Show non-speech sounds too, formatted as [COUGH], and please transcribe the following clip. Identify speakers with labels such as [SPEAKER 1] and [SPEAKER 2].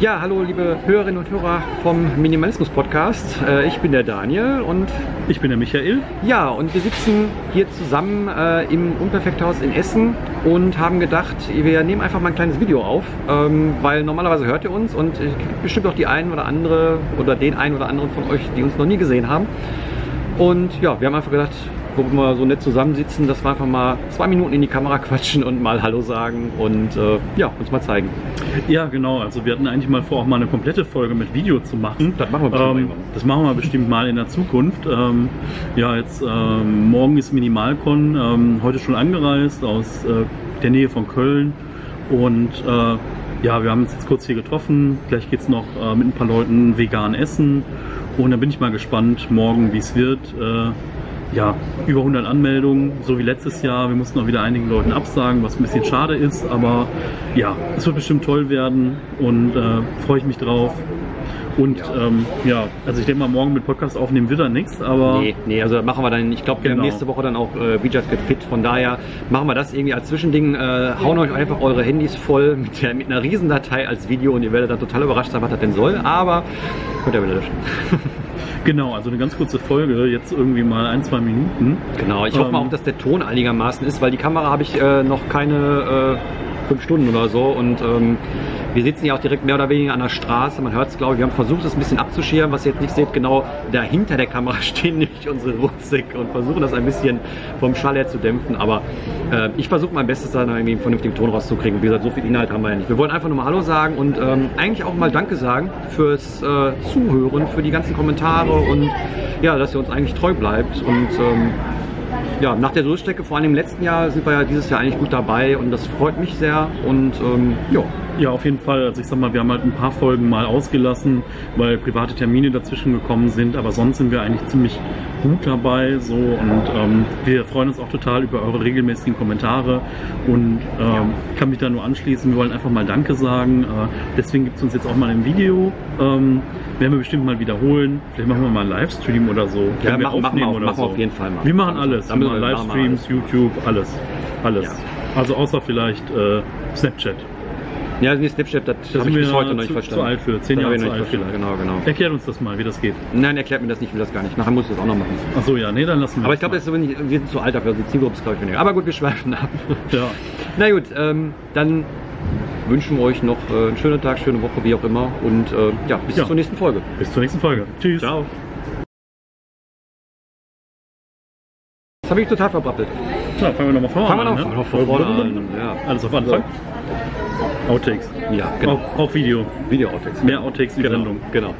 [SPEAKER 1] Ja, hallo liebe Hörerinnen und Hörer vom Minimalismus Podcast. Äh, Ich bin der Daniel und
[SPEAKER 2] Ich bin der Michael.
[SPEAKER 1] ja, und wir sitzen hier zusammen äh, im Unperfekthaus in Essen und haben gedacht, wir nehmen einfach mal ein kleines Video auf, ähm, weil normalerweise hört ihr uns und es gibt bestimmt auch die einen oder andere oder den einen oder anderen von euch, die uns noch nie gesehen haben. Und ja, wir haben einfach gedacht, wo wir so nett zusammensitzen, dass wir einfach mal zwei Minuten in die Kamera quatschen und mal Hallo sagen und äh, ja, uns mal zeigen.
[SPEAKER 2] Ja, genau. Also wir hatten eigentlich mal vor, auch mal eine komplette Folge mit Video zu machen.
[SPEAKER 1] Das machen wir bestimmt mal
[SPEAKER 2] ähm,
[SPEAKER 1] irgendwann.
[SPEAKER 2] Das machen wir bestimmt mal in der Zukunft. Ähm, ja, jetzt ähm, morgen ist Minimalcon. Ähm, heute schon angereist aus äh, der Nähe von Köln. Und äh, ja, wir haben uns jetzt kurz hier getroffen. Gleich geht's noch äh, mit ein paar Leuten vegan essen. Und dann bin ich mal gespannt morgen, wie es wird. Äh, ja, über 100 Anmeldungen, so wie letztes Jahr. Wir mussten auch wieder einigen Leuten absagen, was ein bisschen schade ist, aber ja, es wird bestimmt toll werden und äh, freue ich mich drauf. Und
[SPEAKER 1] Ja.
[SPEAKER 2] ja. Ähm, ja, also ich denke mal, morgen mit Podcast aufnehmen wird dann nichts, aber
[SPEAKER 1] Nee, nee, also machen wir dann, ich glaube, wir haben
[SPEAKER 2] Genau.
[SPEAKER 1] nächste Woche dann auch äh, Beaches Get Fit, von daher machen wir das irgendwie als Zwischending, äh, hauen euch einfach eure Handys voll mit, der, mit einer Riesendatei als Video und ihr werdet dann total überrascht sein, was das denn soll, aber könnt ihr wieder löschen.
[SPEAKER 2] genau, also eine ganz kurze Folge, jetzt irgendwie mal ein, zwei Minuten.
[SPEAKER 1] Genau, ich hoffe
[SPEAKER 2] Ähm,
[SPEAKER 1] mal auch, dass der Ton einigermaßen ist, weil die Kamera habe ich äh, noch keine äh, fünf Stunden oder so und ähm, wir sitzen ja auch direkt mehr oder weniger an der Straße, man hört es glaube ich, wir haben versucht es ein bisschen abzuschirmen, was ihr jetzt nicht seht, genau dahinter der Kamera [LAUGHS] stehen nämlich unsere Rucksäcke und versuchen das ein bisschen vom Schall her zu dämpfen, aber äh, ich versuche mein Bestes da noch irgendwie einen vernünftigen Ton rauszukriegen, wie gesagt, so viel Inhalt haben wir ja nicht. Wir wollen einfach nur mal Hallo sagen und ähm, eigentlich auch mal Danke sagen fürs äh, Zuhören, für die ganzen Kommentare und ja, dass ihr uns eigentlich treu bleibt und ähm, ja, nach der Durchstrecke, vor allem im letzten Jahr, sind wir ja dieses Jahr eigentlich gut dabei und das freut mich sehr. Und ähm, ja,
[SPEAKER 2] Ja, auf jeden Fall. Also ich sag mal, wir haben halt ein paar Folgen mal ausgelassen, weil private Termine dazwischen gekommen sind. Aber sonst sind wir eigentlich ziemlich gut dabei. So und ähm, wir freuen uns auch total über eure regelmäßigen Kommentare und ähm, kann mich da nur anschließen. Wir wollen einfach mal Danke sagen. Äh, deswegen gibt's uns jetzt auch mal im Video. Ähm, werden wir bestimmt mal wiederholen. Vielleicht machen wir mal einen Livestream oder so.
[SPEAKER 1] machen- machen
[SPEAKER 2] Wenn
[SPEAKER 1] wir
[SPEAKER 2] aufnehmen
[SPEAKER 1] auf- machen wir auf jeden Fall mal.
[SPEAKER 2] Wir machen alles.
[SPEAKER 1] Dann
[SPEAKER 2] Wir
[SPEAKER 1] machen
[SPEAKER 2] machen
[SPEAKER 1] wir alles.
[SPEAKER 2] Livestreams, YouTube, alles. Alles.
[SPEAKER 1] Ja.
[SPEAKER 2] Also außer vielleicht äh, Snapchat.
[SPEAKER 1] ja, die Snapchat, das,
[SPEAKER 2] Da
[SPEAKER 1] habe ich
[SPEAKER 2] sind
[SPEAKER 1] bis
[SPEAKER 2] wir
[SPEAKER 1] heute noch nicht
[SPEAKER 2] zu-
[SPEAKER 1] verstanden.
[SPEAKER 2] zu alt für, zehn
[SPEAKER 1] Das hab
[SPEAKER 2] Jahre
[SPEAKER 1] ich noch
[SPEAKER 2] zu
[SPEAKER 1] nicht
[SPEAKER 2] alt
[SPEAKER 1] verstanden. Genau, genau.
[SPEAKER 2] Erklärt uns das mal, wie das geht.
[SPEAKER 1] Nein, erklärt mir das nicht, ich will das gar nicht. Nachher muss ich das auch noch machen.
[SPEAKER 2] Achso, ja, nee, dann lassen wir
[SPEAKER 1] Aber ich
[SPEAKER 2] das
[SPEAKER 1] glaube, das ist so nicht- wir sind zu alt dafür, also die Zielgruppe ist glaube ich weniger. Aber gut, wir schweifen ab. [LAUGHS]
[SPEAKER 2] mal. Ja,
[SPEAKER 1] Na gut, ähm, dann wünschen wir euch noch äh, einen schönen Tag, schöne Woche, wie auch immer. Und äh, ja, bis
[SPEAKER 2] Ja.
[SPEAKER 1] zur nächsten Folge.
[SPEAKER 2] bis zur nächsten Folge. Tschüss. Ciao.
[SPEAKER 1] Das habe ich total verbrappelt.
[SPEAKER 2] Na, fangen wir nochmal vorne
[SPEAKER 1] Fangen wir
[SPEAKER 2] an. ne?
[SPEAKER 1] noch- noch von vorne an, ja.
[SPEAKER 2] Alles auf Anfang. Outtakes.
[SPEAKER 1] Ja, genau.
[SPEAKER 2] Auch, auch Video.
[SPEAKER 1] Video-Outtakes.
[SPEAKER 2] Mehr Outtakes wie
[SPEAKER 1] Genau,
[SPEAKER 2] Sendung.
[SPEAKER 1] genau.